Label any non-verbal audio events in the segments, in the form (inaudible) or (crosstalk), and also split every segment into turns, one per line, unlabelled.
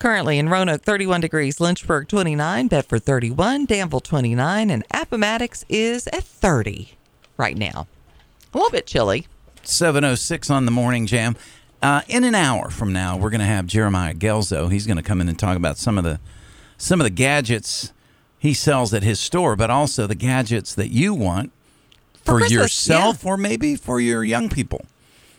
Currently in Roanoke, 31 degrees, Lynchburg, 29, Bedford, 31, Danville, 29, and Appomattox is at 30 right now. A little bit chilly.
706 on the morning jam. Uh, in an hour from now, we're going to have Jeremiah Gelzo. He's going to come in and talk about some of the some of the gadgets he sells at his store, but also the gadgets that you want for,
Christmas,
yourself or maybe for your young people.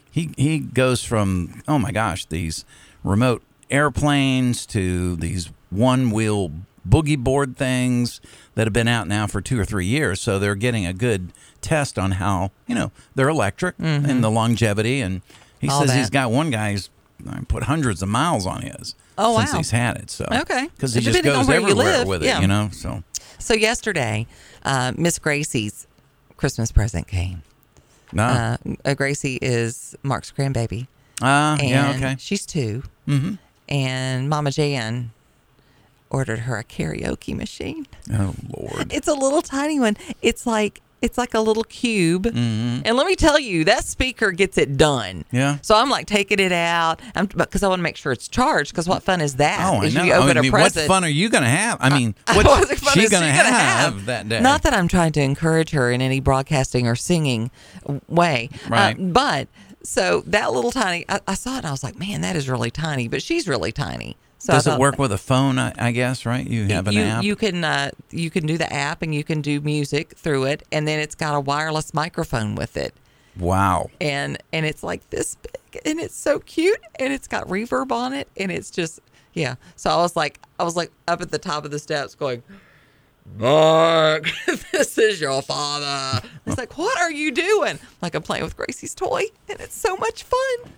He he goes from oh my gosh these remote airplanes to these one wheel boogie board things that have been out now for two or three years. So they're getting a good test on how you know they're electric and the longevity. And he
Mm-hmm. All
says he's
that.
got one guy who's I put hundreds of miles on his
Oh,
since
wow.
he's had it. So
Okay.
because he just
Depending on
goes
where you
everywhere
live,
with it,
yeah.
you know. So
So yesterday, uh, Miss Gracie's Christmas present came.
no, uh,
Uh, uh, Gracie is Mark's grandbaby, and
Uh, yeah, okay.
she's 2 Mm-hmm. And Mama Jan ordered her a karaoke machine.
Oh Lord,
It's a little tiny one. It's like it's like a little cube. And let me tell you, that speaker gets it done.
Mm-hmm. Yeah.
So I'm like taking it out. I'm because I want to make sure it's charged. Because what fun is that?
Oh, I
Is
know.
you
I
open a
mean, what
present- Uh,
fun are you going to have? I mean,
(laughs)
what's
What the fun
she
is
going to
gonna
have, that day?
Not that I'm trying to encourage her in any broadcasting or singing way, Uh,
Right.
but so that little tiny, I, I saw it and I was like, man, that is really tiny. But she's really tiny. So I
Does it
thought,
work with a phone? I, I guess right. You have an
you,
app.
You can uh, you can do the app and you can do music through it, and then it's got a wireless microphone with it,
wow.
and and it's like this big, and it's so cute, and it's got reverb on it, and it's just yeah. So I was like I was like up at the top of the steps going. Mark, (laughs) this is your father. It's like, what are you doing? Like, I'm playing with Gracie's toy, and it's so much fun.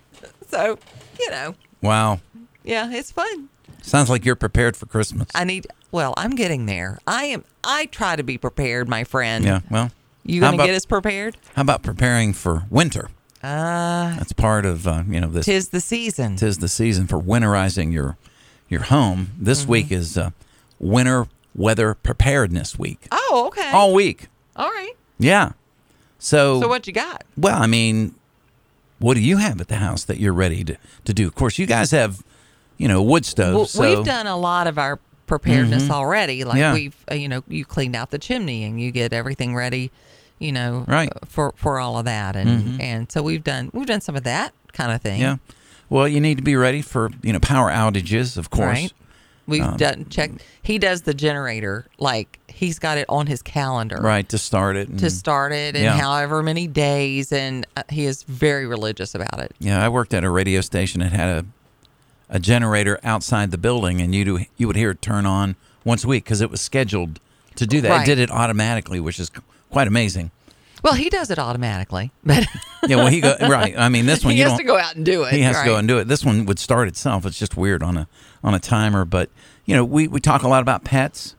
So, you know,
Wow.
yeah, it's fun.
Sounds like you're prepared for Christmas.
I need. Well, I'm getting there. I am. I try to be prepared, my friend.
yeah. Well,
You
how
gonna
about,
get us prepared?
How about preparing for winter?
Uh,
That's part of uh, you know this.
tis
Tis.
the season.
the season for winterizing your your home. This
Mm-hmm.
week is uh, winter weather preparedness week.
oh, okay.
All week.
All right.
Yeah. So.
So what you got?
Well, I mean, what do you have at the house that you're ready to, to do? Of course, you guys have, you know, wood stoves.
Well,
Oh, so Mm-hmm.
we've done a lot of our preparedness already. Like
Yeah.
we've, uh, you know, you cleaned out the chimney and you get everything ready, you know,
Right. Mm-hmm.
uh, for for all of that, and and so we've done we've done some of that kind of thing.
Yeah. Well, you need to be ready for you know power outages, of course. Um,
Right. We've done checked. He does the generator. Like he's got it on his calendar.
Right, to start it. and-
to start it in
Mm. Yeah.
however many days and uh, he is very religious about it
Yeah, I worked at a radio station that had a a generator outside the building, and you do you would hear it turn on once a week because it was scheduled to do that.
Right.
It did it automatically, which is quite amazing.
well he does it automatically (laughs) but
Yeah. Well, he go right. I mean,
(laughs)
this one
he
you
has
don't,
to go out and do it
He has to go
right?
and do it. This one would start itself. It's just weird on a on a timer, but you know, we, we talk a lot about pets.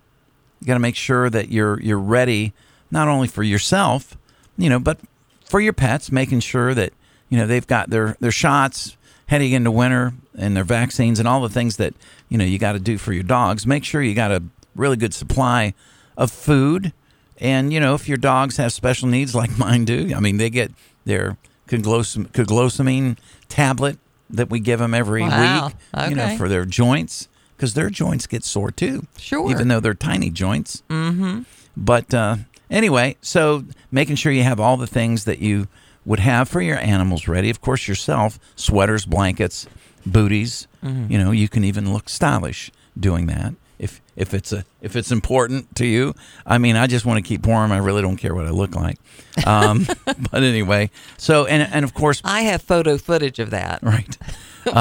You got to make sure that you're you're ready not only for yourself, you know, but for your pets, making sure that you know they've got their their shots heading into winter and their vaccines and all the things that you know you got to do for your dogs. Make sure you got a really good supply of food. And you know, if your dogs have special needs like (laughs) mine do, I mean, they get their coglos- coglosamine tablet that we give them every
Wow.
week, you know,
Okay.
for their joints because their joints get sore too.
Sure.
even though they're tiny joints. Mm-hmm. But uh, anyway, so making sure you have all the things that you would have for your animals ready. Of course, yourself sweaters, blankets, booties. You know, you can even look stylish doing that. If, if it's a if it's important to you, I mean, I just want to keep warm. I really don't care what I look like. Um, (laughs) but anyway, so and and of course, (laughs)
i have photo footage of that
right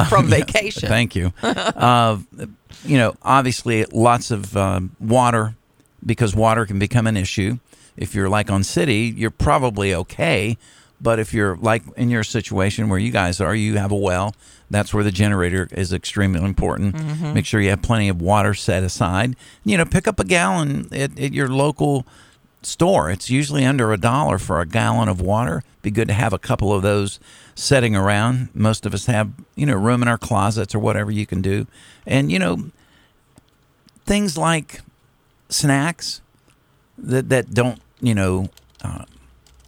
from
yes,
vacation
Thank you. uh, you know, obviously, lots of um, water because water can become an issue. If you're like on city, you're probably okay. But if you're like in your situation where you guys are, you have a well, that's where the generator is extremely important. Make sure you have plenty of water set aside. You know, pick up a gallon at, at your local store. It's usually under a dollar for a gallon of water. Be good to have a couple of those setting around. Most of us have, you know, room in our closets or whatever you can do. And, you know, things like snacks that, that don't, you know, uh,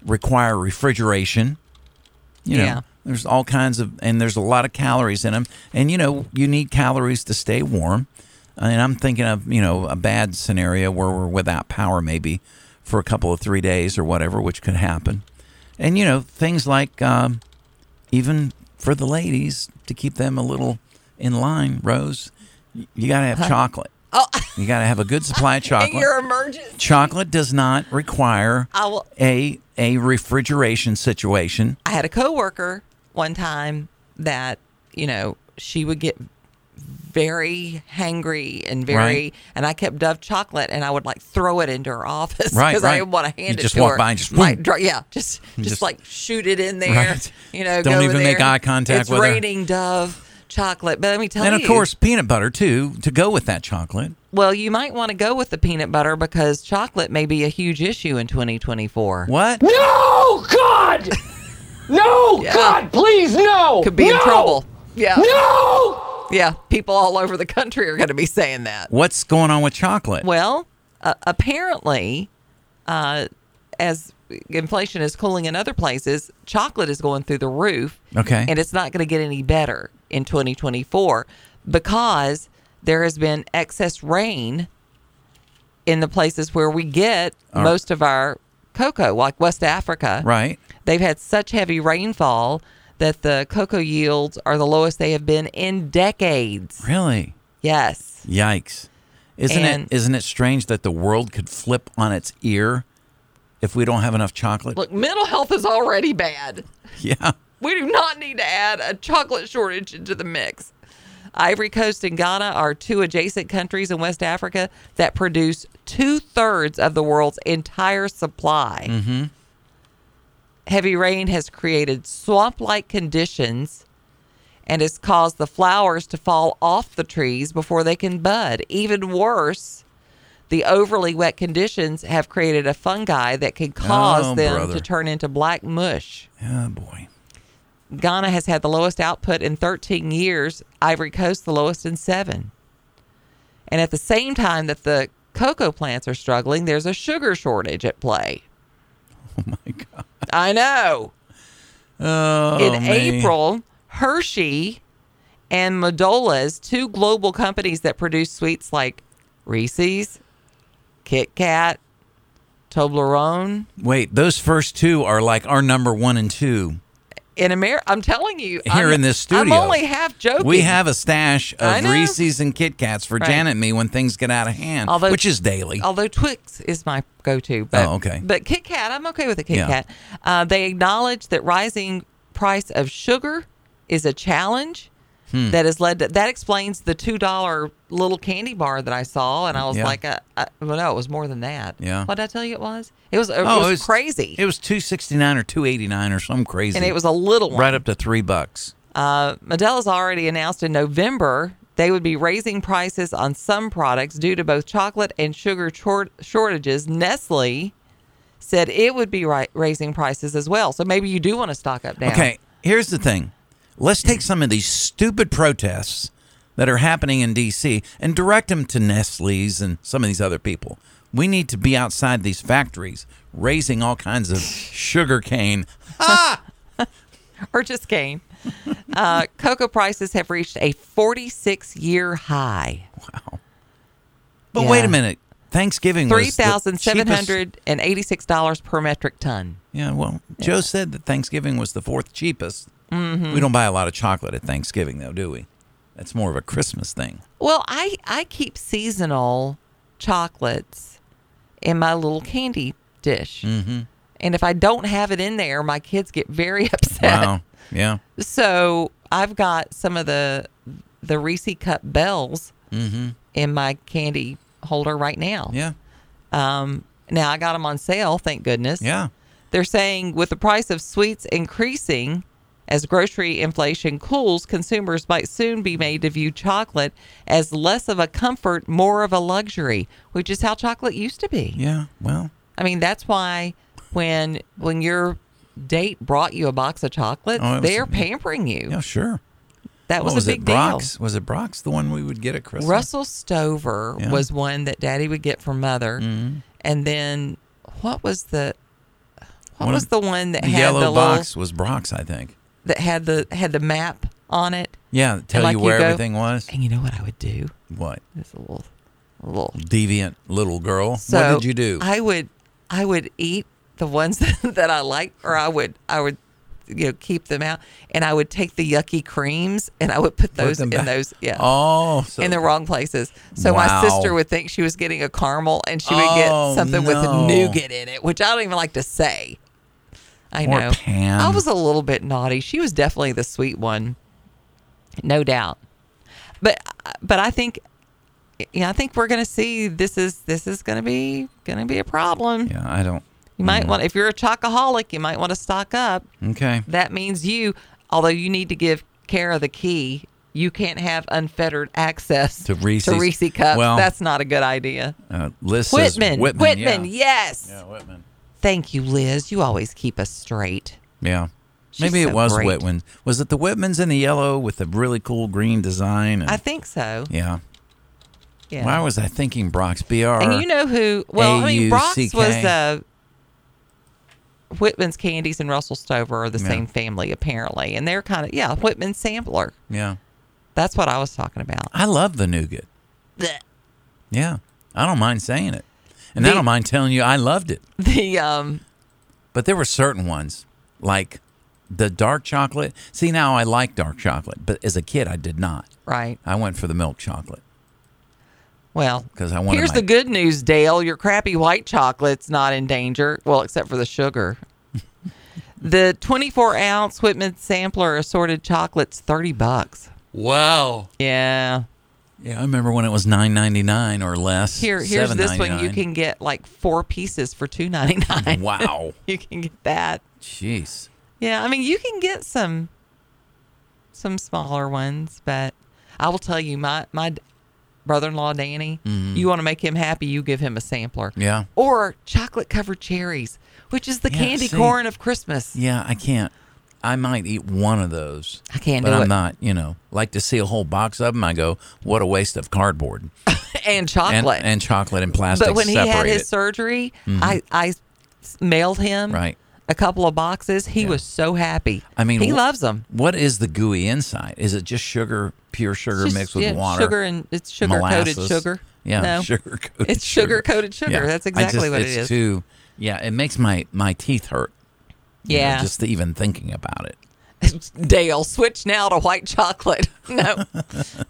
require refrigeration. You know,
Yeah.
There's all kinds of, and there's a lot of calories in them. And you know, you need calories to stay warm. And I'm thinking of you know a bad scenario where we're without power maybe for a couple of three days or whatever, which could happen. And you know things like um, even for the ladies to keep them a little in line, Rose, y- you got to have chocolate.
(laughs) Oh,
You got to have a good
(laughs)
supply of
in
chocolate.
your emergency.
Chocolate does not require
I will.
a a refrigeration situation.
I had a coworker one time that you know she would get very hangry and very
Right.
and I kept Dove chocolate and I would like throw it into her (laughs) office because
Right,
I
right.
didn't want to hand
You
it
just
to
walk
her.
by and just
Like,
boom.
dr- yeah, just, just
just-
like shoot it in there.
Right.
You know,
Don't
go
even make
there.
eye contact
It's
with her.
raining Dove chocolate, but let me tell
and
you.
of course, peanut butter too to go with that chocolate.
well, you might want to go with the peanut butter because chocolate may be a huge issue in 2024.
What?
No, God! No,
(laughs) Yeah.
God, please, no!
Could be in
No!
trouble. Yeah,
No!
yeah. People all over the country are going to be saying that.
What's going on with chocolate?
Well, uh, apparently, uh, as inflation is cooling in other places, chocolate is going through the roof.
Okay.
And it's not going to get any better in 2024 because there has been excess rain in the places where we get
All right.
most of our cocoa, like West Africa.
Right.
They've had such heavy rainfall that the cocoa yields are the lowest they have been in decades.
Really?
Yes.
Yikes. Isn't
And-
it isn't it strange that the world could flip on its ear if we don't have enough chocolate?
Look, mental health is already bad.
(laughs) Yeah.
We do not need to add a chocolate shortage into the mix. Ivory Coast and Ghana are two adjacent countries in West Africa that produce two thirds of the world's entire supply.
Mm-hmm.
Heavy rain has created swamp like conditions and has caused the flowers to fall off the trees before they can bud. Even worse, the overly wet conditions have created a fungi that can cause
Oh,
them
brother.
to turn into black mush.
Oh boy.
Ghana has had the lowest output in 13 years, Ivory Coast the lowest in seven. And at the same time that the cocoa plants are struggling, there's a sugar shortage at play.
(laughs) Oh my god.
I know.
Oh,
in
man.
April, Hershey and Medola's two global companies that produce sweets like Reese's, Kit Kat, Toblerone
Wait, those first two are like our number one and two.
in America. I'm telling you,
Here
I'm-
in this
I'm
studio.
only half joking.
We have a stash
I
of
know.
Reese's and Kit Kats for
Right.
Janet and me when things get out of hand,
Although-
which is daily.
although Twix is my go-to. But,
Oh, okay.
But Kit Kat, I'm okay with a Kit
Yeah.
Kat. Uh, they acknowledge that rising price of sugar is a challenge
Hmm.
that has led to. That explains the two dollar little candy bar that I saw, and I was
Yeah.
like, uh, uh, well, no, it was more than that.
Yeah.
What did I tell you? It was. It was. it, was crazy.
Oh, It was two sixty nine or two eighty nine or some crazy.
and it was a little one.
right up to three bucks.
Uh, Modelo's already announced in November they would be raising prices on some products due to both chocolate and sugar short- shortages. Nestle said it would be ri- raising prices as well. So maybe you do want to stock up now.
Okay, here's the thing. Let's take some of these stupid protests that are happening in D.C. and direct them to Nestle's and some of these other people. We need to be outside these factories raising all kinds of
(laughs)
sugar cane.
(laughs) Or just game. uh, cocoa prices have reached a 46 year high.
But (laughs)
Yeah.
wait a minute. Thanksgiving was the cheapest-
$3,786 per metric ton.
Yeah, well, Joe said that Thanksgiving was the fourth cheapest.
Mm-hmm.
We don't buy a lot of chocolate at Thanksgiving, though, do we? That's more of a
(laughs)
Christmas thing.
Well, I I keep seasonal chocolates in my little candy dish, mm-hmm. and if I don't have it in there, my kids get very (laughs) upset.
Wow. yeah.
So I've got some of the the Reese cup bells in my candy holder right now.
Mm-hmm. Yeah.
Um, now I got them on sale, thank goodness.
Yeah.
They're saying with the price of sweets increasing as grocery inflation cools, consumers might soon be made to view chocolate as less of a comfort, more of a luxury, which is how chocolate used to be.
Yeah. Well,
I mean, that's why when when your date brought you a box of chocolates,
Oh, it was-
they're pampering you.
yeah, sure.
that was,
What was
a big
it?
deal.
Brock's? Was it Brock's the one we would get at Christmas?
Russell Stover
Yeah. Mm-hmm.
was one that Daddy would get from Mother, and then what was the what
One
was
of-
the one that
The
had
yellow
the little
box was Brock's, I think.
that had the had the map on it.
Yeah, tell
like
you
you
where
go-
everything was.
And you know what I would do?
What
It's a little, a little.
deviant little girl? what did you do?
I would, I would eat the ones (laughs) that, that I like, or I would, I would, you know, keep them out, and I would take the yucky creams and I would put
Put
those
them
in
back-
those, yeah,
Oh, so,
in the wrong places. So
Wow.
my sister would think she was getting a caramel, and she would
Oh,
get something
no.
with nougat in it, which I don't even like to say. I
Poor
know.
Pam.
I was a little bit naughty. She was definitely the sweet one, no doubt. But but I think yeah, I think we're gonna see this is this is gonna be gonna be a problem.
yeah, Mm. I don't.
You might want if you're a chocoholic, you might want to stock up.
Okay.
That means you, although you need to give Kara the key, you can't have unfettered access
To Reese's.
Reese cups.
Well-
That's not a good idea.
Uh, Liz says
Whitman, Whitman,
Whitman. yeah.
yes.
Yeah, Whitman.
Thank you, Liz. You always keep us straight.
Yeah.
She's
Maybe it
so
was
great.
Whitman. Was it the Whitmans in the yellow with the really cool green design? And-
I think so.
yeah.
Yeah.
Why was I thinking Brock's BR?
And you know who? Well, I mean, Brock's
A-U-C-K.
was uh, Whitman's Candies and Russell Stover are the
Yeah.
same family apparently, and they're kind of yeah Whitman Sampler.
yeah.
That's what I was talking
(laughs)
about.
I love the nougat. Yeah. I don't mind saying it. And I
The-
don't mind telling you I loved it.
The um,
But there were certain ones, like the dark chocolate. See, now I like dark chocolate, but as a kid, I did not.
right.
I went for the milk chocolate.
Well,
'Cause I wanted
here's
my-
the good news, Dale. Your crappy white chocolate's not in danger. Well, except for the
(laughs)
sugar. the 24 ounce Whitman Sampler assorted chocolates, 30 bucks.
Wow.
Yeah.
Yeah, I remember when it was nine ninety nine or less.
Here, here's this one. You
$7.99.
can get like four pieces for 2.99.
Wow.
(laughs) you can get that.
Jeez.
Yeah, I mean, you can get some some smaller ones, but I will tell you, my my brother-in-law Danny,
Mm-hmm.
you want to make him happy, you give him a sampler.
Yeah.
Or chocolate-covered cherries, which is the
Yeah,
candy
see.
corn of Christmas.
Yeah, I can't. I might eat one of those.
I can't
but
do
I'm
it.
not, you know, like to see a whole box of them. I go, what a waste of cardboard
And
and,
chocolate.
and chocolate and plastic.
but when he had
separated.
his surgery, I I s- mailed him
Mm-hmm. Right.
a couple of boxes. He
Yeah.
was so happy.
I mean,
he
wh-
loves them.
What is the gooey inside? Is it just sugar, pure sugar
Just,
mixed with
yeah,
water?
Sugar and it's sugar coated
molasses?
sugar.
Yeah,
no.
sugar coated.
It's sugar-coated sugar. That's
I
exactly
just-
what it
it's
is.
Too, yeah, it makes my my teeth hurt. you know,
Yeah.
just even thinking about it.
(laughs) Dale, switch now to white chocolate. (laughs) No.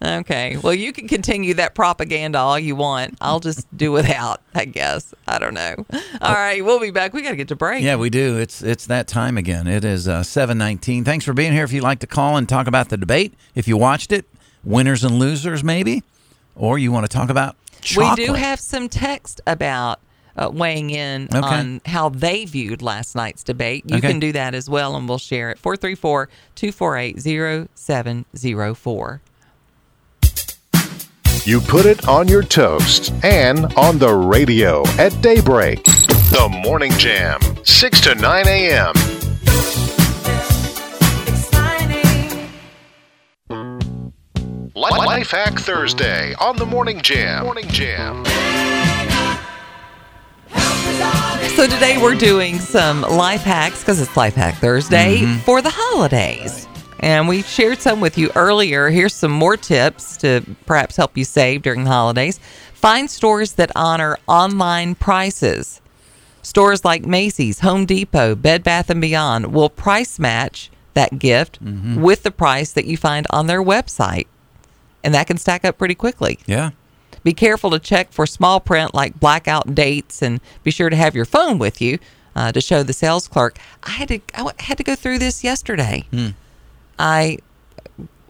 okay. Well, you can continue that propaganda all you want. I'll just do without, I guess. I don't know. All right. We'll be back. We got to get to break.
Yeah, we do. It's it's that time again. It is uh, seven nineteen. Thanks for being here. If you'd like to call and talk about the debate, if you watched it, winners and losers maybe, or you want to talk about chocolate.
We do have some text about uh, weighing in
Okay.
on how they viewed last night's debate. You
Okay.
can do that as well, and we'll share it. 434 248 0704.
You put it on your toast and on the radio at daybreak. The Morning Jam, 6 to 9 a.m. Li- Life Hack Thursday on the Morning Jam. Morning Jam.
So today we're doing some life hacks because it's Life Hack Thursday for the holidays. And we shared some with you earlier. Here's some more tips to perhaps help you save during the holidays. Find stores that honor online prices. Stores like Macy's, Home Depot, Bed Bath and Beyond will price match that gift with the price that you find on their website. And that can stack up pretty quickly.
Yeah,
Be careful to check for small print like blackout dates, and be sure to have your phone with you uh, to show the sales clerk. I had to I had to go through this yesterday.
Hmm.
I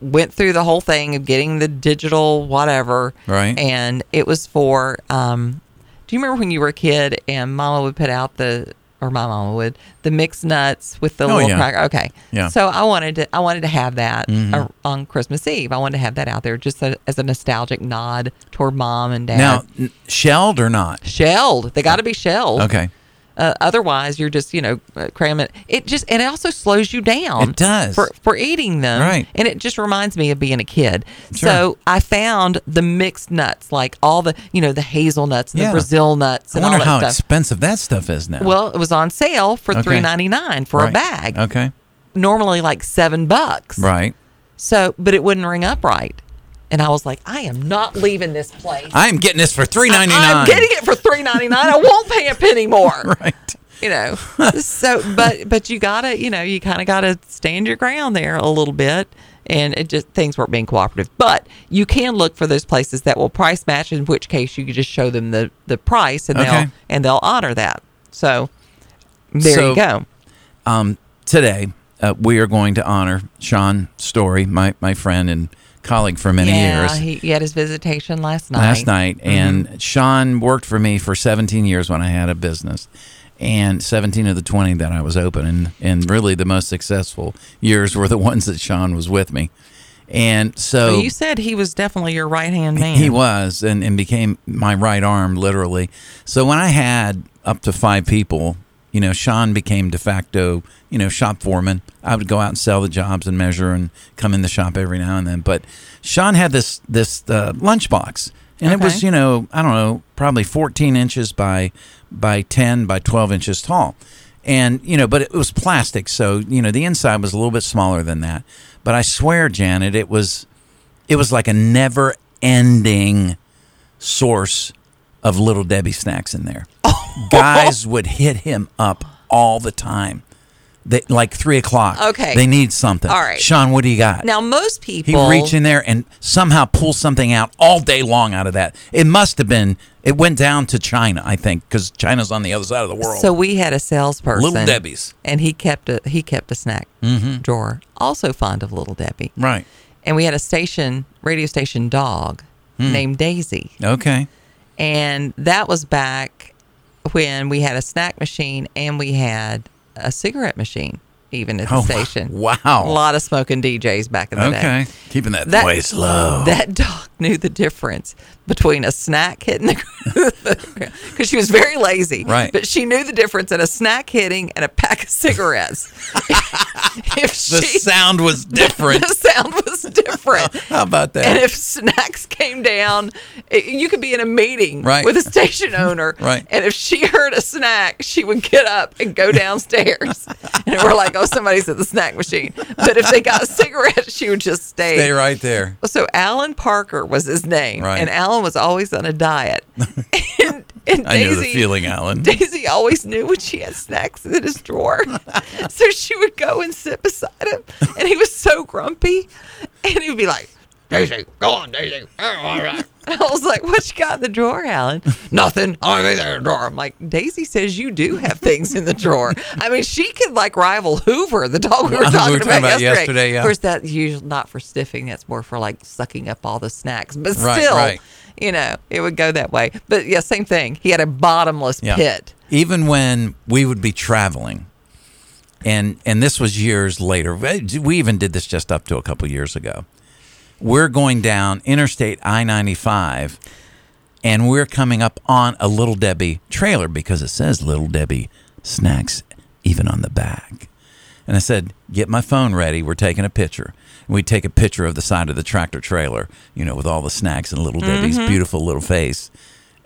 went through the whole thing of getting the digital whatever,
Right.
And it was for. Um, do you remember when you were a kid and Mama would put out the or my mama would the mixed nuts with the
Oh,
little
yeah.
cracker? Okay,
Yeah.
So I wanted to I wanted to have that uh,
Mm-hmm.
on Christmas Eve. I wanted to have that out there just a, as a nostalgic nod toward mom and dad.
now n- shelled or not?
shelled, they got to be shelled.
Okay,
Uh, otherwise, you're just you know uh, cramming. It just and it also slows you down.
It does.
for for eating them.
Right.
And it just reminds me of being a kid.
Sure.
So I found the mixed nuts, like all the you know the hazelnuts and
Yeah.
the Brazil nuts.
I
And all
wonder
that
how
stuff.
expensive that stuff is now.
Well, it was on sale for
Okay.
three ninety nine for
Right.
a bag.
Okay,
normally like seven bucks.
Right.
So, but it wouldn't ring up right. And I was like, I am not leaving this place.
I am getting this for three ninety nine.
I'm getting it for three ninety nine. I won't pay a penny more.
(laughs) right.
You know. So, but but you gotta, you know, you kind of gotta stand your ground there a little bit, and it just things weren't being cooperative. But you can look for those places that will price match. In which case, you could just show them the the price, and
Okay.
they'll and they'll honor that. So there
So-
you go.
um, today uh, we are going to honor Sean Story, my, my friend and colleague for many
yeah,
years.
He, he had his visitation last night.
last night, Mm-hmm. and Sean worked for me for 17 years when I had a business, and 17 of the 20 that I was open, and and really the most successful years were the (laughs) ones that Sean was with me, and so
Well, you said he was definitely your right hand man.
he was and, and became my right arm, literally. So when I had up to five people, you know, Sean became de facto, you know, shop foreman. I would go out and sell the jobs and measure and come in the shop every now and then. But Sean had this this uh, lunchbox, and it was
Okay.
you know I don't know probably 14 inches by by 10 by 12 inches tall, and you know, but it was plastic, so you know the inside was a little bit smaller than that. But I swear, Janet, it was it was like a never ending source of little debbie snacks
(laughs)
in there guys would hit him up all the time they, like three o'clock
Okay.
they need something
All right.
sean what do you got
Now most
he'd
people
reach in there and somehow pull something out all day long out of that it must have been it went down to china i think because china's on the other side of the world
So we had a salesperson,
Little Debbie's. Mm-hmm.
and he kept a he kept a snack drawer. Also fond of Little Debbie,
right
and we had a station radio station dog
Mm.
named Daisy,
okay
and that was back when we had a snack machine and we had a cigarette machine even at the
Oh, (laughs)
station.
wow.
a lot of smoking DJs back in the day.
okay keeping that,
That-
voice low
That dog knew the difference between a snack hitting (laughs) the because she was very lazy,
Right.
But she knew the difference in a snack hitting and a pack of
(laughs)
cigarettes. if
the
she, (laughs)
sound was different
the sound was different.
how about that
And if snacks came down, it, you could be in a meeting
Right.
with a
(laughs)
station owner.
Right.
And if she heard a snack, she would get up and go downstairs. and we're like, oh, somebody's at the snack machine. But if they got a cigarette, she would just stay.
Stay right there.
So Alan Parker was his name,
Right.
and Alan was always on a
(laughs)
diet. and, and
I know the
Daisy-
feeling, Alan.
Daisy always knew when she had snacks in his
(laughs)
drawer, so she would go and sit beside him, and he was so grumpy, and he would be like,
Daisy, go on, Daisy. Oh, all right.
"I was like, what you got in the drawer, Alan?"
Nothing. I'll be there,
Or
Dora.
I'm like, Daisy says you do have things in the drawer. I mean, she could like rival Hoover, the dog we were
(laughs) We were
talking,
talking about
yesterday.
yesterday, yeah.
Of course, that's usually not for sniffing. That's more for like sucking up all the snacks. But
Right,
still,
right.
you know, it would go that way. But yeah, same thing. He had a bottomless pit.
Even when we would be traveling, and and this was years later. We even did this just up to a couple years ago. We're going down Interstate I ninety five, and we're coming up on a Little Debbie trailer because it says Little Debbie snacks even on the back. And I said, "Get my phone ready. We're taking a picture." And we take a picture of the side of the tractor trailer, you know, with all the snacks and Little Debbie's
Mm-hmm.
beautiful little face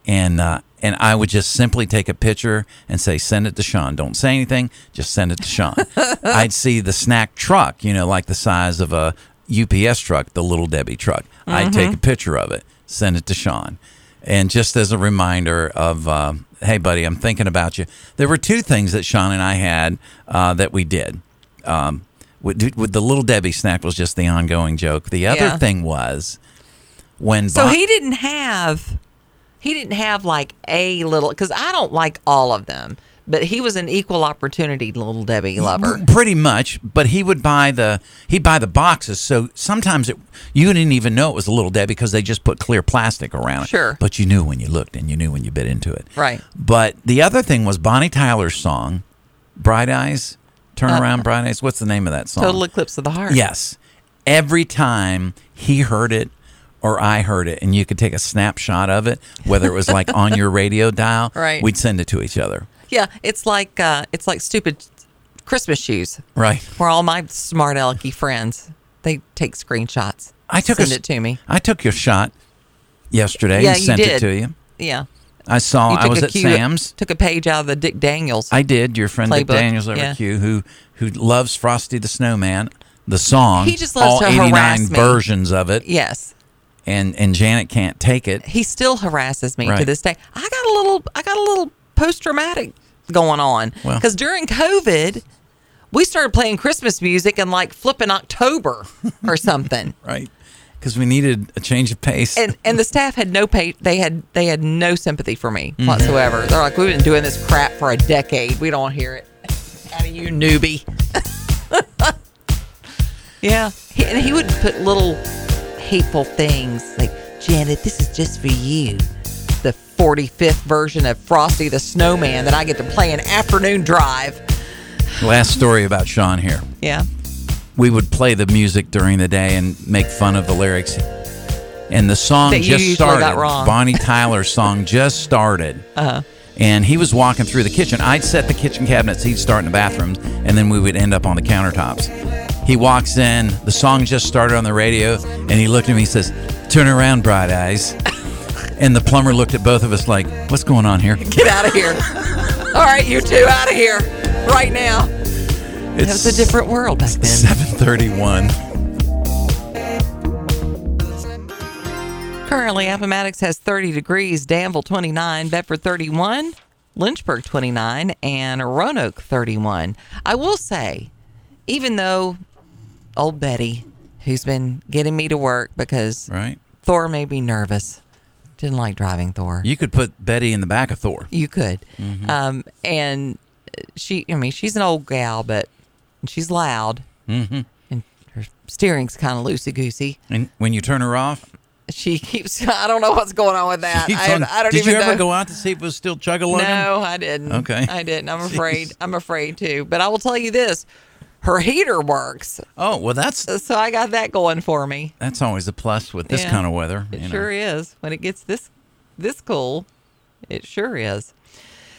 and uh, and I would just simply take a picture and say, send it to Sean. Don't say anything. Just send it
(laughs)
to Sean. I'd see the snack truck, you know, like the size of a UPS truck, the little Debbie truck. I'd take
Mm-hmm.
a picture of it, send it to Sean, and just as a reminder of. Uh, Hey, buddy, I'm thinking about you. There were two things that Sean and I had uh, that we did. Um, with, with the little Debbie snack was just the ongoing joke. The other
Yeah.
thing was when
So
Bon-
he didn't have, he didn't have like a little because I don't like all of them. But he was an equal opportunity little Debbie
Mm-hmm.
lover.
Pretty much, but he would buy the he'd buy the boxes. So sometimes it, you didn't even know it was a little Debbie because they just put clear plastic around it.
Sure.
but you knew when you looked and you knew when you bit into it.
Right.
But the other thing was Bonnie Tyler's song, "Bright Eyes," "Turn
Uh,
Around, Bright Eyes." What's the name of that song?
Total eclipse of the heart.
Yes. Every time he heard it or I heard it, and you could take a snapshot of it, whether it was like on your radio dial,
(laughs) Right.
we'd send it to each other.
Yeah, it's like uh, it's like stupid Christmas shoes.
Right.
For all my smart alecky friends, they take screenshots.
I took
send
a,
it to me.
I took your shot yesterday
yeah,
and
you
sent
did.
it to you.
Yeah,
I saw.
You
I was
a
at
cue-
Sam's.
Took a page out of the Dick Daniels.
I did. Your friend Dick
Playbook,
Daniels over
yeah.
at Q, who who loves Frosty the Snowman, the song.
He just loves
all
to
eighty
harass
nine
me.
versions of it,
yes.
and and Janet can't take it.
He still harasses me to
Right.
this day. I got a little I got a little post traumatic going on
Well.
because during COVID we started playing Christmas music in like flipping October or something.
Right. Because we needed a change of pace.
and and the staff had no pay. They had they had no sympathy for me whatsoever. They're like, we've been doing this crap for a decade. We don't want to hear it out of you, newbie. (laughs) yeah, he, and he would put little hateful things like, Janet, this is just for you. The 45th version of Frosty the Snowman that I get to play in afternoon drive.
Last story about Sean here.
Yeah.
We would play the music during the day and make fun of the lyrics. And the song
That you
just
usually got
started.
wrong.
Bonnie Tyler's song just started.
(laughs)
Uh-huh. And he was walking through the kitchen. I'd set the kitchen cabinets, he'd start in the bathrooms, and then we would end up on the countertops. He walks in, the song just started on the radio, and he looked at me, he says, Turn around, bright eyes.
(laughs)
And the plumber looked at both of us like, What's going on here?
Get out of here. (laughs) All right, you two out of here right now. It
It's
was a different world back then.
731.
Currently, Appomattox has 30 degrees, Danville 29, Bedford 31, Lynchburg 29, and Roanoke 31. I will say, even though old Betty, who's been getting me to work because
Right.
Thor made me nervous, didn't like driving Thor.
You could put Betty in the back of Thor.
You could.
Mm-hmm.
Um, and she, I mean, she's an old gal, but and she's loud. Mm-hmm. And her steering's kind of loosey goosey.
And when you turn her off,
She keeps, (laughs) I don't know what's going on with that.
keeps
I,
on-
I don't
did
even
you ever
know.
go out to see if it was still chuggaloading?
No, I didn't.
Okay.
I didn't. I'm
(laughs) Jeez.
afraid. I'm afraid too. But I will tell you this her heater works.
Oh well, that's
So I got that going for me.
that's always a plus with this
Yeah.
kind of weather.
It
you know.
sure is. When it gets this this cool, it sure is.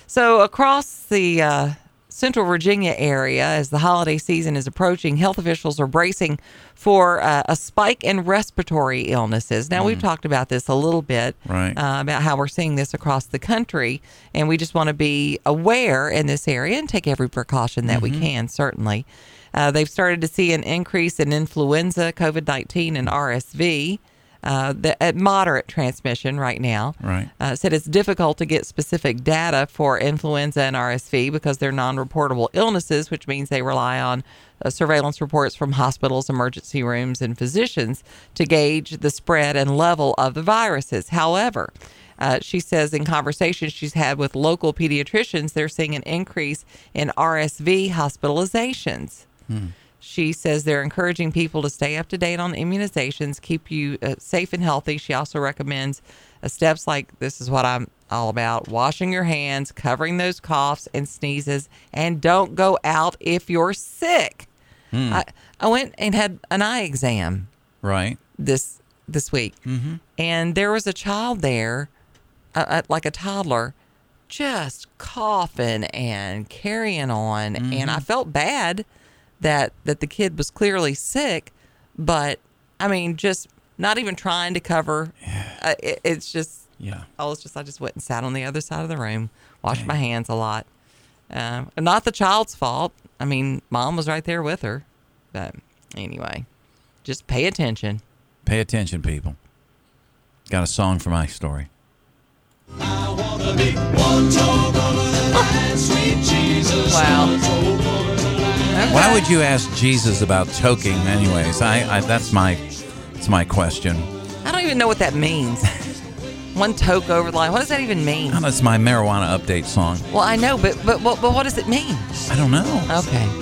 So across the uh, Central Virginia area, as the holiday season is approaching, health officials are bracing for uh, a spike in respiratory illnesses. Now we've talked about this a little bit,
Hmm. Right.
Uh, about how we're seeing this across the country, and we just want to be aware in this area and take every precaution that we can. Certainly, uh, they've started to see an increase in influenza, COVID nineteen, and RSV uh, the, at moderate transmission right now.
Right.
Uh, said it's difficult to get specific data for influenza and RSV because they're non reportable illnesses, which means they rely on uh, surveillance reports from hospitals, emergency rooms, and physicians to gauge the spread and level of the viruses. However, uh, she says in conversations she's had with local pediatricians, they're seeing an increase in RSV hospitalizations. She says they're encouraging people to stay up to date on immunizations, keep you uh, safe and healthy. She also recommends uh, steps like this is what I'm all about washing your hands, covering those coughs and sneezes, and don't go out if you're sick. I, I went and had an eye exam
Right.
this this week, and there was a child there, uh, uh, like a toddler, just coughing and carrying on, and I felt bad that that the kid was clearly sick, but I mean, just not even trying to cover. Uh, it, it's just
Yeah.
I was just I just went and sat on the other side of the room, washed my hands a lot. Um, not the child's fault. I mean, mom was right there with her, but anyway, just pay attention.
Pay attention, people. Got a song for my story.
Wow.
Why would you ask Jesus about choking, anyways? I, I that's my that's my question.
I don't even know what that means. One toke over the line. What does that even mean?
Oh, that's my marijuana update song.
Well, I know, but but but, but what does it mean?
I don't know.
Okay.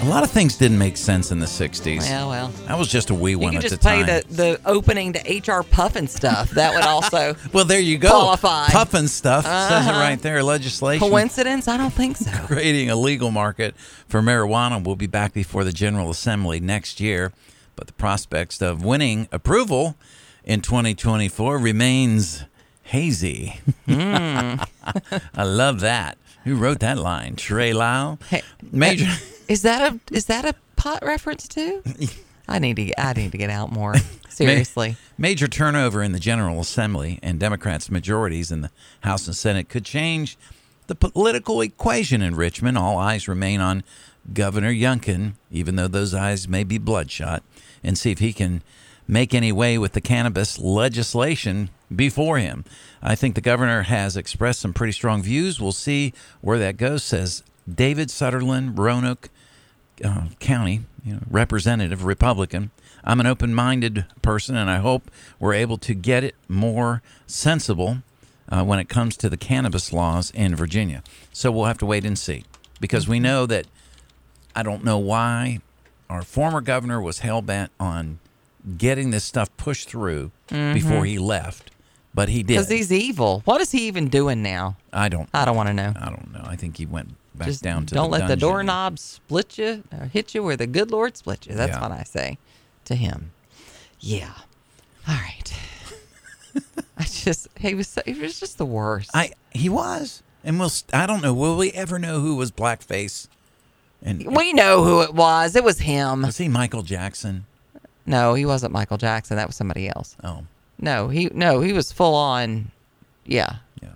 A lot of things didn't make sense in the '60s.
Well, well.
I was just a wee
You
one
could
at
just
the time.
play the, the opening to HR Puffin stuff. That would
(laughs)
also
Well, there you go.
Qualified.
Puffin stuff says it
Uh-huh.
right there. Legislation
coincidence. I don't think so.
creating a legal market for marijuana will be back before the General Assembly next year, but the prospects of winning approval in 2024 remains hazy.
Hmm.
(laughs) I love that. Who wrote that line? Trey Lyle?
Hey,
Major. (laughs)
Is that a is that a pot reference too? I need to. I need to get out more. Seriously.
Major turnover in the General Assembly and Democrats' majorities in the House and Senate could change the political equation in Richmond. All eyes remain on Governor Youngkin, even though those eyes may be bloodshot, and see if he can make any way with the cannabis legislation before him. I think the governor has expressed some pretty strong views. We'll see where that goes, says David Sutherland, Roanoke uh, county you know, representative, Republican. I'm an open minded person, and I hope we're able to get it more sensible uh, when it comes to the cannabis laws in Virginia. So we'll have to wait and see because we know that I don't know why our former governor was hell bent on getting this stuff pushed through before he left, but he did.
Mm-hmm. Because he's evil. What is he even doing now?
I don't.
I don't want to know.
I don't know. I think he went back
Just
down to
don't
the
let the
dungeon.
doorknob split you or hit you where the good Lord split you. That's
Yeah.
what I say to him. Yeah. All right. I just he was so, he was just the worst.
I he was, and we'll. st- I don't know. Will we ever know who was blackface? And
we know who it was. It was him.
was he Michael Jackson?
No, he wasn't Michael Jackson. That was somebody else.
Oh,
No, he no, he was full on. Yeah,
yeah,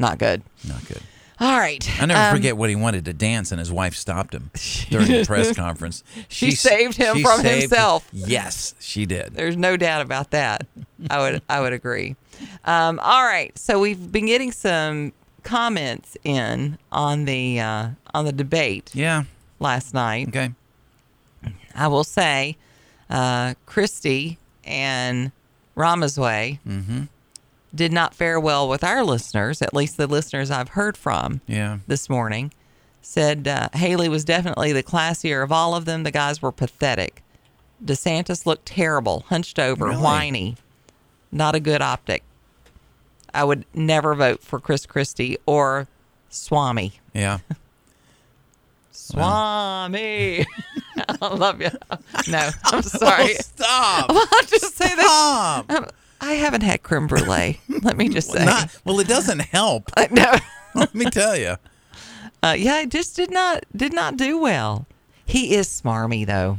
not good.
not good.
All right.
I never
Um,
forget what he wanted to dance, and his wife stopped him during the
(laughs)
press conference.
She
s-
saved him
she
from himself.
Yes, she did.
There's no doubt about that. I would I would agree. Um, all right, so we've been getting some comments in on the uh, on the debate
Yeah.
last night.
Okay.
I will say, uh, Christy and Ramasway
Mm-hmm.
did not fare well with our listeners. At least the listeners I've heard from.
Yeah.
this morning said uh, Haley was definitely the classier of all of them. The guys were pathetic. DeSantis looked terrible, hunched over,
Really?
whiny, not a good optic. I would never vote for Chris Christie or Swami.
Yeah.
Swami, (laughs) I love you. No, I'm
(laughs)
sorry.
Stop.
(laughs) I'll just say that
Oh, Stop.
I haven't had creme brulee. Let me
(laughs)
just say, Uh,
Not, well, it doesn't help. (laughs)
no. (laughs)
Let me tell you.
Uh, yeah, I just did not did not do well. He is smarmy though.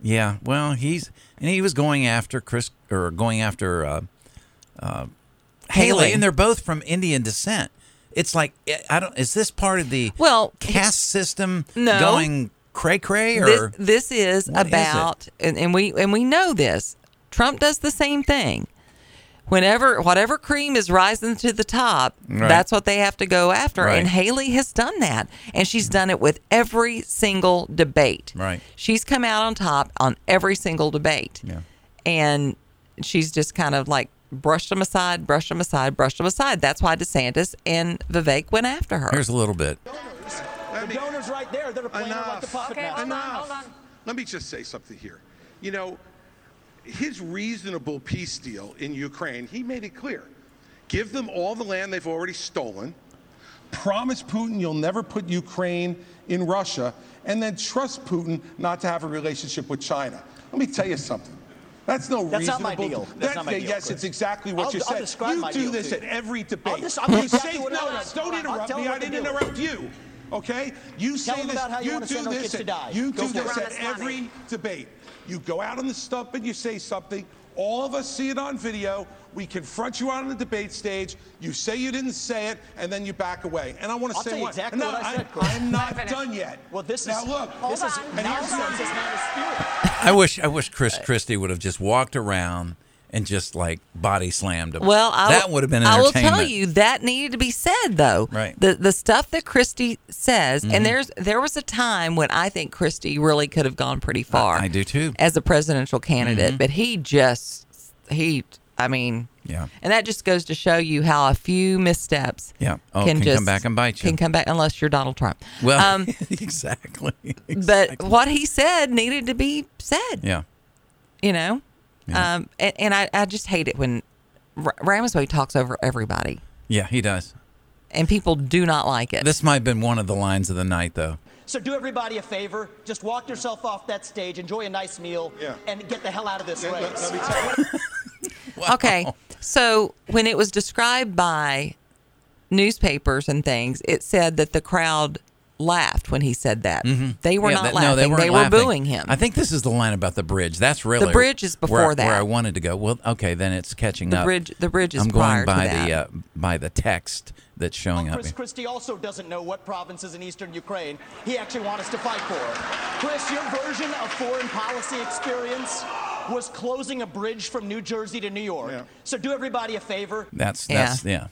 Yeah. Well, he's and he was going after Chris or going after uh, uh, Haley,
Haley.
and they're both from Indian descent. It's like eh, I- I don't. Is this part of the
Well,
caste system
No.
going cray cray or
this, this is
What is it?
about and, and we and we know this trump does the same thing whenever whatever cream is rising to the top
Right.
that's what they have to go after
Right.
and haley has done that and she's done it with every single debate
Right.
she's come out on top on every single debate
Yeah.
and she's just kind of like brushed them aside brushed them aside brushed them aside that's why desantis and vivek went after her
Here's a little bit.
The donor's right there. They're playing her like the
Enough.
puppet
Okay,
master.
hold on, hold on. Let me just say something here. You know, his reasonable peace deal in Ukraine, he made it clear. Give them all the land they've already stolen. Promise Putin you'll never put Ukraine in Russia, and then trust Putin not to have a relationship with China. Let me tell you something. That's no
That's not
reasonable.
my deal. That's not my deal,
Yes,
Chris.
it's exactly what
I'll-
you
I'll
said.
describe
you
my
do
deal to
this
you.
at every
I'll
debate.
just- I'll tell
you
exactly
say
what
no,
I
no,
want.
don't
I'll
interrupt
tell
me.
them
I
what to
didn't
do.
interrupt you. Okay? You
Tell
say
them
this.
about how you
you
wanna
do
send our
this
kids to
at-
die.
You
Go for
do
it.
this at Ramaswamy. every debate. You go out on the stump and you say something. All of us see it on video. We confront you out on the debate stage. You say you didn't say it, and then you back away. And I want to
I'll
say
tell you
what?
exactly
no,
what I said, Chris.
I, am
Let
not
me finish.
done yet.
Well, this
now
is
look.
This is
and
and
here's
nonsense.
the-
It's not a spirit.
I wish I wish Chris Christie would have just walked around and just like body slammed him.
Well, I
that would have been
I will
entertainment.
tell you that needed to be said though.
Right. Mm-hmm.
The the stuff that Christy says, and there's there was a time when I think Christy really could have gone pretty far.
I do too. Mm-hmm.
As a presidential candidate, but he just he I mean
Yeah.
And that just goes to show you how a few missteps
Yeah. Oh,
can,
can come
just
back and bite you.
Can come back unless you're Donald Trump.
Well, (laughs)
um,
exactly.
but
Exactly.
what he said needed to be said
yeah,
you know
Yeah.
um and, and I, I just hate it when R- Ramaswamy talks over everybody
yeah, he does.
and people do not like it
This might have been one of the lines of the night, though.
So do everybody a favor. Just walk yourself off that stage, enjoy a nice meal,
Yeah.
and get the hell out of this
Let-
race.
let me tell you.
okay so when it was described by newspapers and things it said that the crowd laughed when he said that. They were
Mm-hmm. Yeah,
not
that-
laughing. they,
weren't
were
laughing.
booing him.
I think this is the line about the bridge. That's really
bridge is before
where,
that.
Where I wanted to go. Well, okay, then it's catching
the
up.
bridge. The bridge is
I'm going
prior to
by
that.
the uh, by the text that's showing up.
Chris Christie also doesn't know what provinces in eastern Ukraine he actually wants us to fight for. Chris, your version of foreign policy experience was closing a bridge from New Jersey to New York.
Yeah.
So do everybody a favor.
That's
Yeah.
that's yeah.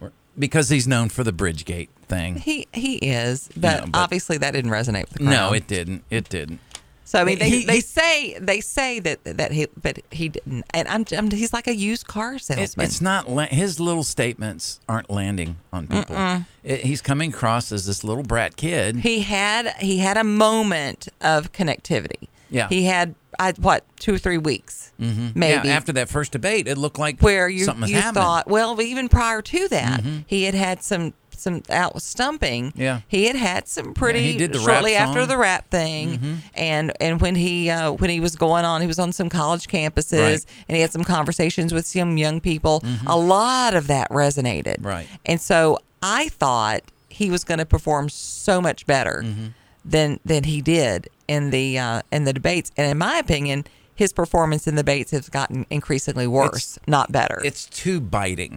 Or- Because he's known for the Bridgegate thing.
he he is, but,
No, but-
obviously that didn't resonate with the crowd.
No, it didn't. It didn't.
So I mean, they,
He-
they
he-
say they say that that he, but he didn't. And I'm, I'm he's like a used car
It's,
salesman.
it's not la- his little statements aren't landing on people. It, he's coming across as this little brat kid.
he had he had a moment of connectivity.
Yeah. Mm-hmm.
he had I, what two or three weeks maybe
Yeah, after that first debate, it looked like
where you
something was
you
happening.
thought well even prior to that he had had some some out stumping
Yeah.
he had had some pretty
did the rap
shortly after
song. Mm-hmm.
the rap thing and and when he uh, when he was going on he was on some college campuses
Right. Mm-hmm.
and he had some conversations with some young people a lot of that resonated
Right.
and so I thought he was going to perform so much better
Mm-hmm.
than than he did in the uh, in the debates. And in my opinion, his performance in the debates has gotten increasingly worse, not better.
it's too biting.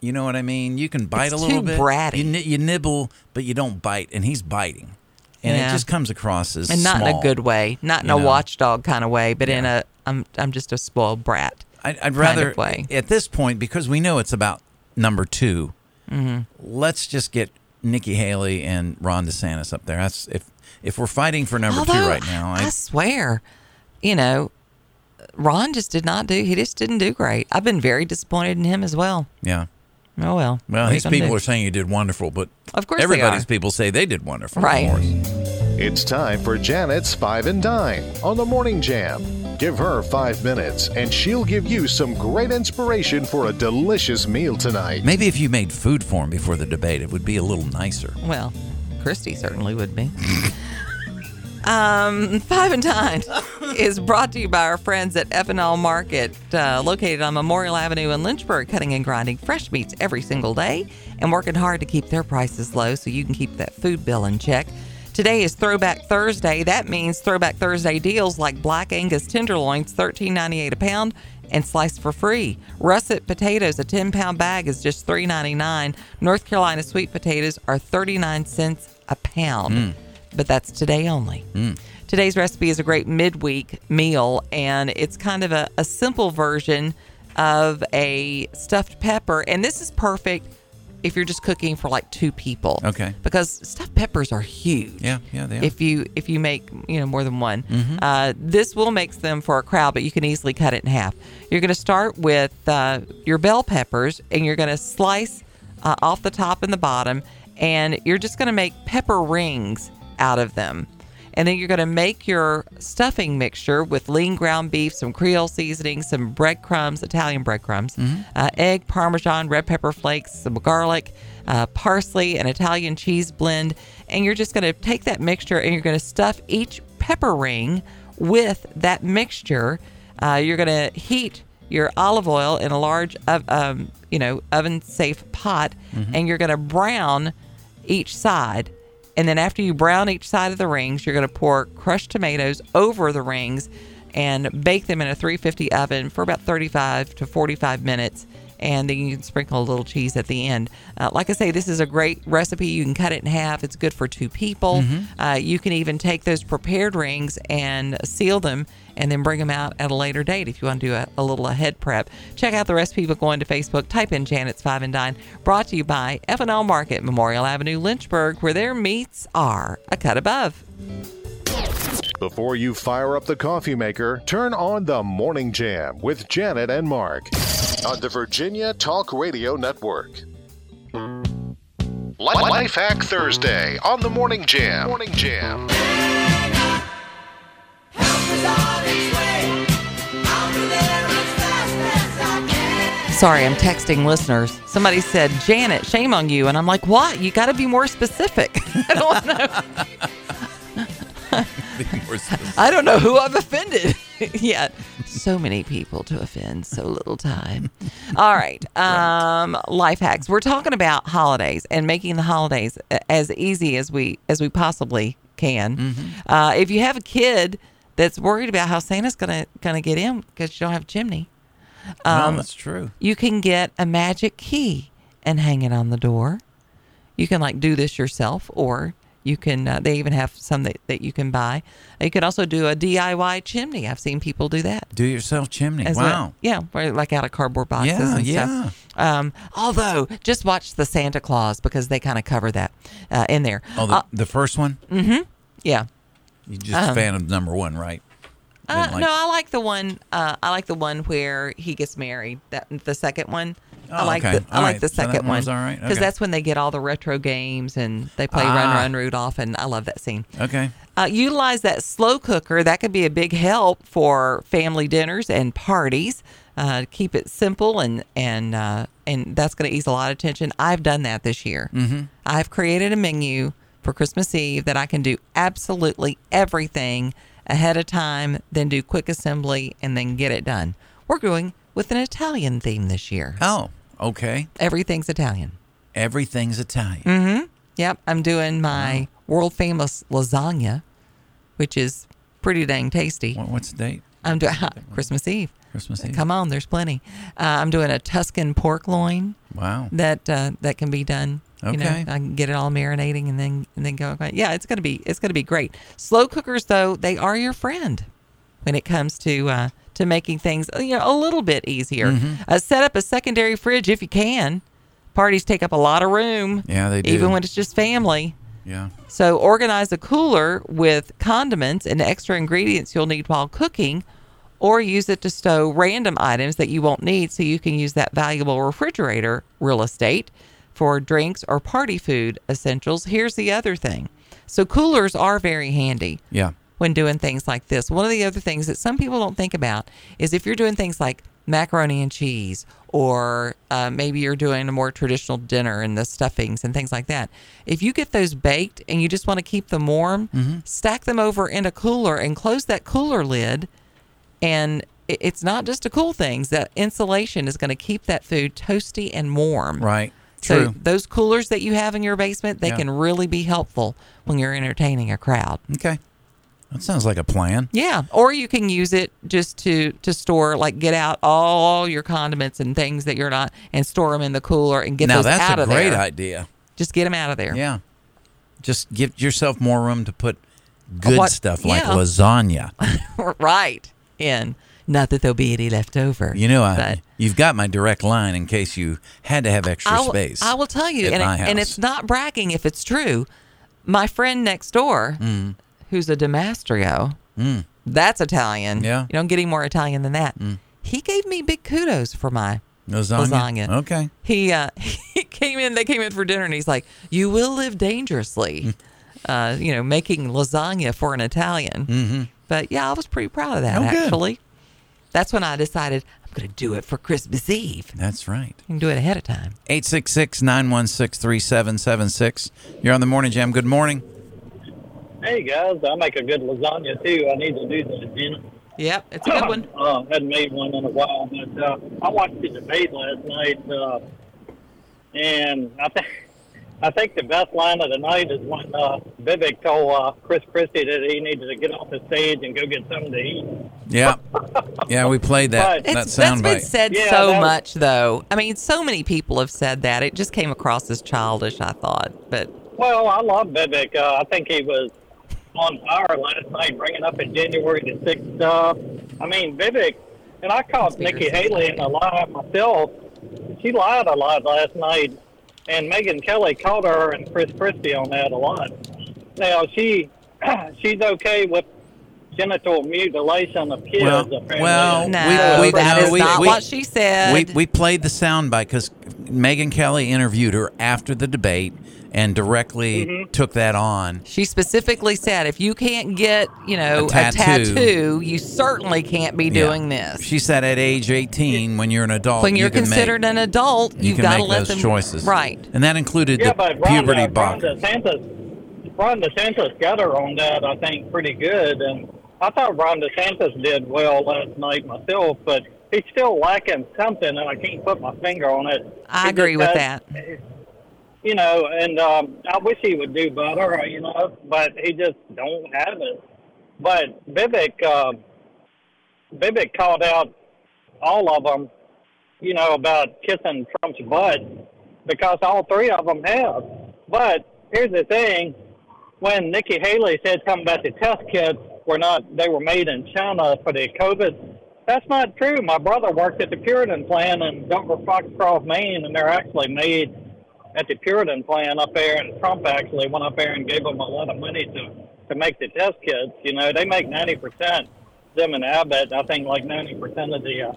You know what I mean? You can bite
It's
a little
too
bit.
bratty.
You, ni- you nibble, but you don't bite, and he's biting, and
Yeah.
it just comes across as
and not in a
small.
good way, not in a
you know.
watchdog kind of way, but in a I'm I'm just a spoiled brat.
I'd, I'd rather
of way.
at this point because we know it's about number 2 Mm-hmm. Let's just get Nikki Haley and Ron DeSantis up there. That's if if we're fighting for number
Although,
two right now.
I, swear, you know, Ron just did not do. He just didn't do great. I've been very disappointed in him as well.
yeah.
Oh well.
Well,
What you
these
gonna
people
do?
are saying you did wonderful, but
Of course they
everybody's
are.
people say they did wonderful. of
Right.
course.
It's time for Janet's 5 and Dine on the Morning Jam. Give her five minutes, and she'll give you some great inspiration for a delicious meal tonight.
Maybe if you made food for them before the debate, it would be a little nicer.
Well, Christy certainly would be. um, Five and Dine (laughs) is brought to you by our friends at Ethanol Market, uh, located on Memorial Avenue in Lynchburg, cutting and grinding fresh meats every single day and working hard to keep their prices low so you can keep that food bill in check. Today is Throwback Thursday. That means Throwback Thursday deals like Black Angus tenderloins, thirteen ninety eight a pound, and slice for free. Russet potatoes, a ten pound bag is just three ninety nine. North Carolina sweet potatoes are thirty nine cents a pound, but that's today only. Today's recipe is a great midweek meal, and it's kind of a, a simple version of a stuffed pepper. And this is perfect if you're just cooking for like two people.
Okay.
Because stuffed peppers are huge.
Yeah, yeah, Mm-hmm. they are.
If you if you make you know more than one, uh, this will mix them for a crowd, but you can easily cut it in half. You're going to start with uh, your bell peppers, and you're going to slice uh, off the top and the bottom, and you're just going to make pepper rings out of them. And then you're going to make your stuffing mixture with lean ground beef, some Creole seasoning, some breadcrumbs, Italian breadcrumbs, uh, egg, Parmesan, red pepper flakes, some garlic, uh, parsley, an Italian cheese blend. And you're just going to take that mixture and you're going to stuff each pepper ring with that mixture. Uh, you're going to heat your olive oil in a large, ov- um, you know, oven-safe pot, and you're going to brown each side. And then after you brown each side of the rings, you're going to pour crushed tomatoes over the rings and bake them in a 350 oven for about 35 to 45 minutes. And then you can sprinkle a little cheese at the end. Uh, like I say, this is a great recipe. You can cut it in half. It's good for two people. Uh, you can even take those prepared rings and seal them and then bring them out at a later date if you want to do a, a little ahead prep. Check out the recipe by going to Facebook. Type in Janet's Five and Dine. Brought to you by F&L Market, Memorial Avenue, Lynchburg, where their meats are a cut above.
Before you fire up the coffee maker, turn on the Morning Jam with Janet and Mark on the Virginia Talk Radio Network. Li- Life Hack Thursday on the Morning Jam. Morning Jam.
Sorry, I'm texting listeners. Somebody said, Janet, shame on you. And I'm like, what? You got to be more specific. (laughs) I don't know.
Be more specific. (laughs)
I don't know who I've offended (laughs) yet. so many people to offend so little time. All right. Um, Life hacks. We're talking about holidays and making the holidays a- as easy as we as we possibly can. Uh, if you have a kid that's worried about how Santa's gonna gonna get in because you don't have a chimney,
no, that's true.
you can get a magic key and hang it on the door. You can like do this yourself, or you can. Uh, they even have some that, that you can buy. You could also do a DIY chimney. I've seen people do that.
Do yourself chimney.
as well.
wow.
yeah, where, like out of cardboard boxes
Yeah,
and stuff. Um, although, just watch the Santa Claus because they kind of cover that uh, in there.
Oh, the,
Uh,
the first one?
yeah.
You just fan of number one, right?
Uh,
Didn't like-
no, I like the one. Uh, I like the one where he gets married. That the second one. I
Oh,
like
okay.
the I
All
like
right.
the
So that
second
one
one
was all right?
because
Okay.
that's when they get all the retro games and they play Run
Ah.
Run Rudolph and I love that scene.
Okay.
Uh, utilize that slow cooker. That could be a big help for family dinners and parties. Uh, keep it simple and and uh, and that's going to ease a lot of tension. I've done that this year. Mm-hmm. I've created a menu for Christmas Eve that I can do absolutely everything ahead of time, then do quick assembly and then get it done. We're going with an Italian theme this year.
Oh, okay.
Everything's Italian.
Everything's Italian.
Mm. Yep, I'm doing my world famous lasagna, which is pretty dang tasty.
What, what's the date?
I'm doing Christmas Eve. Uh,
Christmas Eve.
Come on, there's plenty. Uh, I'm doing a Tuscan pork loin
Wow.
that uh, that can be done. You know,
Okay.
I can get it all marinating and then and then go. Yeah, it's gonna be it's gonna be great. Slow cookers though, they are your friend when it comes to uh, to making things uh, you know a little bit easier.
Mm-hmm.
Uh, set up a secondary fridge if you can. Parties take up a lot of room.
Yeah, they do.
Even when it's just family.
Yeah.
So organize a cooler with condiments and extra ingredients you'll need while cooking, or use it to stow random items that you won't need so you can use that valuable refrigerator real estate for drinks or party food essentials. Here's the other thing. So coolers are very handy
Yeah.
when doing things like this. One of the other things that some people don't think about is if you're doing things like macaroni and cheese, or uh, maybe you're doing a more traditional dinner and the stuffings and things like that. If you get those baked and you just want to keep them warm,
Mm-hmm.
stack them over in a cooler and close that cooler lid. And i- it's not just to cool things, that insulation is going to keep that food toasty and warm.
Right.
So
True.
those coolers that you have in your basement, they
Yeah.
can really be helpful when you're entertaining a crowd.
Okay. That sounds like a plan.
Yeah, or you can use it just to to store like get out all your condiments and things that you're not and store them in the cooler and get
now
those
that's
out
a
of
great
there.
idea.
Just get them out of there.
Yeah. Just give yourself more room to put good
What-
stuff like
yeah.
lasagna.
(laughs) right in. Not that there'll be any left over.
You know,
(laughs) but
I, you've got my direct line in case you had to have extra
I will,
space.
I will tell you,
at
and,
my
it- and
house.
it's not bragging if it's true. My friend next door,
Mm.
who's a Damastrio, that's Italian.
Yeah. Mm.
you don't get any more Italian than that. He gave me big kudos for my
lasagna.
lasagna.
Okay.
he uh, (laughs) he came in. They came in for dinner, and he's like, "You will live
Mm.
dangerously." Uh, you know, making lasagna for an Italian. Mm-hmm. But yeah, I was pretty proud of that
Oh, good.
actually. That's when I decided I'm going to do it for Christmas Eve.
That's right.
You can do it ahead of time.
866 916 3776. You're on the morning jam. Good morning.
Hey guys, I make a good lasagna too. I need to do that dinner.
Yep, it's a good one.
(coughs) Uh, hadn't made one in a while, but uh, I watched the debate last night, uh, and I think I think the best line of the night is when uh, Vivek told uh, Chris Christie that he needed to get off the stage and go get something to eat.
Yeah. Yeah, we played that,
But-
(laughs)
that
It's, that's been
soundbite.
said
Yeah,
so
that was-
much, though. I mean, so many people have said that. It just came across as childish, I thought. But
Well, I love Vivek. Uh, I think he was on fire last night, bringing up in January the sixth stuff. I mean, Vivek, and I caught
Speakers
Nikki
is
Haley in a lie myself. She lied a lot last night, and Megan Kelly caught her and Chris Christie on that a lot. Now she (clears throat) she's okay with genital mutilation of kids.
Well,
apparently.
well,
no,
We- we-
that
no,
is
we-
not
we-
what she said.
We, we played the soundbite because Megan Kelly interviewed her after the debate and directly
Mm-hmm.
took that on.
She specifically said, if you can't get, you know,
A
a
tattoo.
tattoo, you certainly can't be
Yeah.
doing this.
She said at age 18, when you're an adult,
when you're
you can
considered
make,
an adult,
you
you've
can
got to
make
let
those
them
choices.
right.
And that included
Yeah,
the
but Ron,
puberty
uh,
box.
Ron DeSantis, Ron DeSantis got her on that, I think, pretty good. And I thought Ron DeSantis did well last night myself, but he's still lacking something, and I can't put my finger on it.
I
He
agree
just
with
does-
that.
You know, and um, I wish he would do better, you know, but he just don't have it. But Vivek, uh, Vivek called out all of them, you know, about kissing Trump's butt because all three of them have. But here's the thing: when Nikki Haley said something about the test kits were not they were made in China for the COVID, that's not true. My brother worked at the Puritan plant in Dover Foxcroft, Maine, and they're actually made at the Puritan plant up there. And Trump actually went up there and gave them a lot of money to to make the test kits. You know, they make ninety percent. Them and Abbott, I think, like ninety percent of the uh,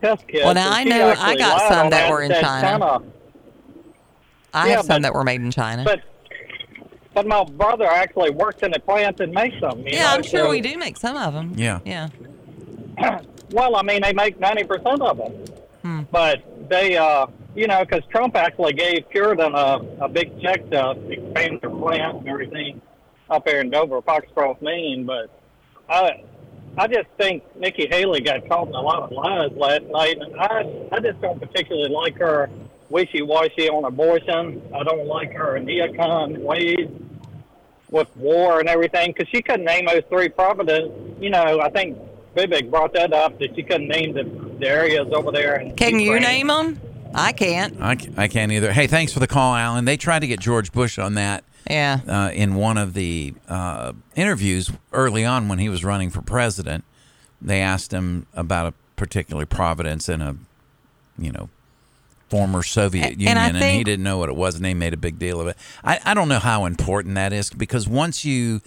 test kits.
Well, now
And
I
she
know I
actually
got
lied
some
on
that were in
said
China. I
Yeah,
have some
but-
that were made in China.
but but my brother actually worked in a plant and makes them. you
yeah,
know,
I'm sure
so-
we do make some of them.
Yeah.
Yeah.
Well, I mean, they make ninety percent of them,
Hmm.
but they, uh, you know, because Trump actually gave Puritan a, a big check to expand their plant and everything up there in Dover, Foxcroft, Maine. But I, I just think Nikki Haley got caught in a lot of lies last night, and I, I just don't particularly like her wishy-washy on abortion. I don't like her neocon ways with war and everything because she couldn't name those three providence. You know, I think Vivek brought that up that she couldn't name the, the areas over there. In
Can you
Ukraine.
name them? I can't.
I, c- I can't either. Hey, thanks for the call, Alan. They tried to get George Bush on that
Yeah.
uh, in one of the uh, interviews early on when he was running for president. They asked him about a particular providence in a, you know, former Soviet
A- and I
Union, and he
think-
didn't know what it was, and they made a big deal of it. I, I don't know how important that is because once you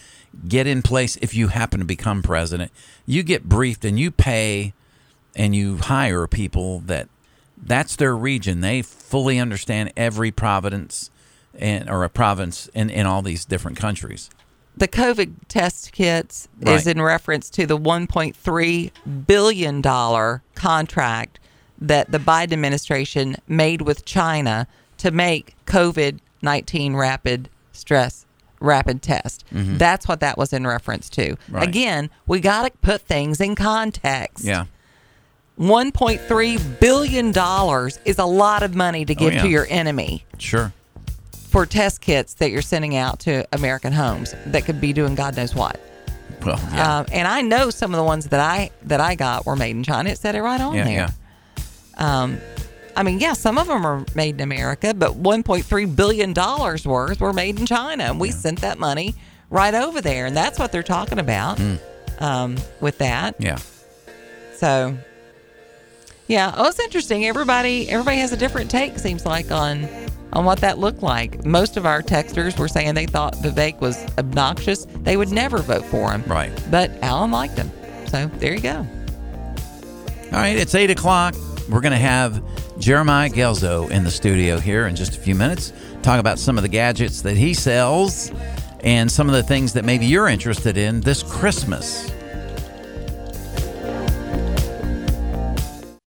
get in place, if you happen to become president, you get briefed and you pay and you hire people that that's their region. They fully understand every providence and or a province in, in all these different countries.
The COVID test kits
Right.
is in reference to the 1.3 billion dollar contract that the Biden administration made with China to make COVID-19 rapid stress rapid test. That's what that was in reference to.
Mm-hmm. Right.
Again, we got to put things in context.
Yeah.
1.3 billion dollars is a lot of money to give
Oh, yeah.
to your enemy
Sure.
for test kits that you're sending out to American homes that could be doing God knows what.
Well, yeah.
Um, and I know some of the ones that I that I got were made in China. It said it right on
yeah,
there.
yeah.
I mean, yeah, some of them are made in America, but 1.3 billion dollars worth were made in China, and we sent that money right over there, and that's what they're talking about um, with that.
Mm. Yeah.
So, yeah, oh, it's interesting. Everybody, everybody has a different take. Seems like on on what that looked like. Most of our texters were saying they thought Vivek was obnoxious. They would never vote for him.
Right.
But Alan liked him. So there you go.
All right, it's eight o'clock. We're going to have Jeremiah Gelzo in the studio here in just a few minutes. Talk about some of the gadgets that he sells and some of the things that maybe you're interested in this Christmas.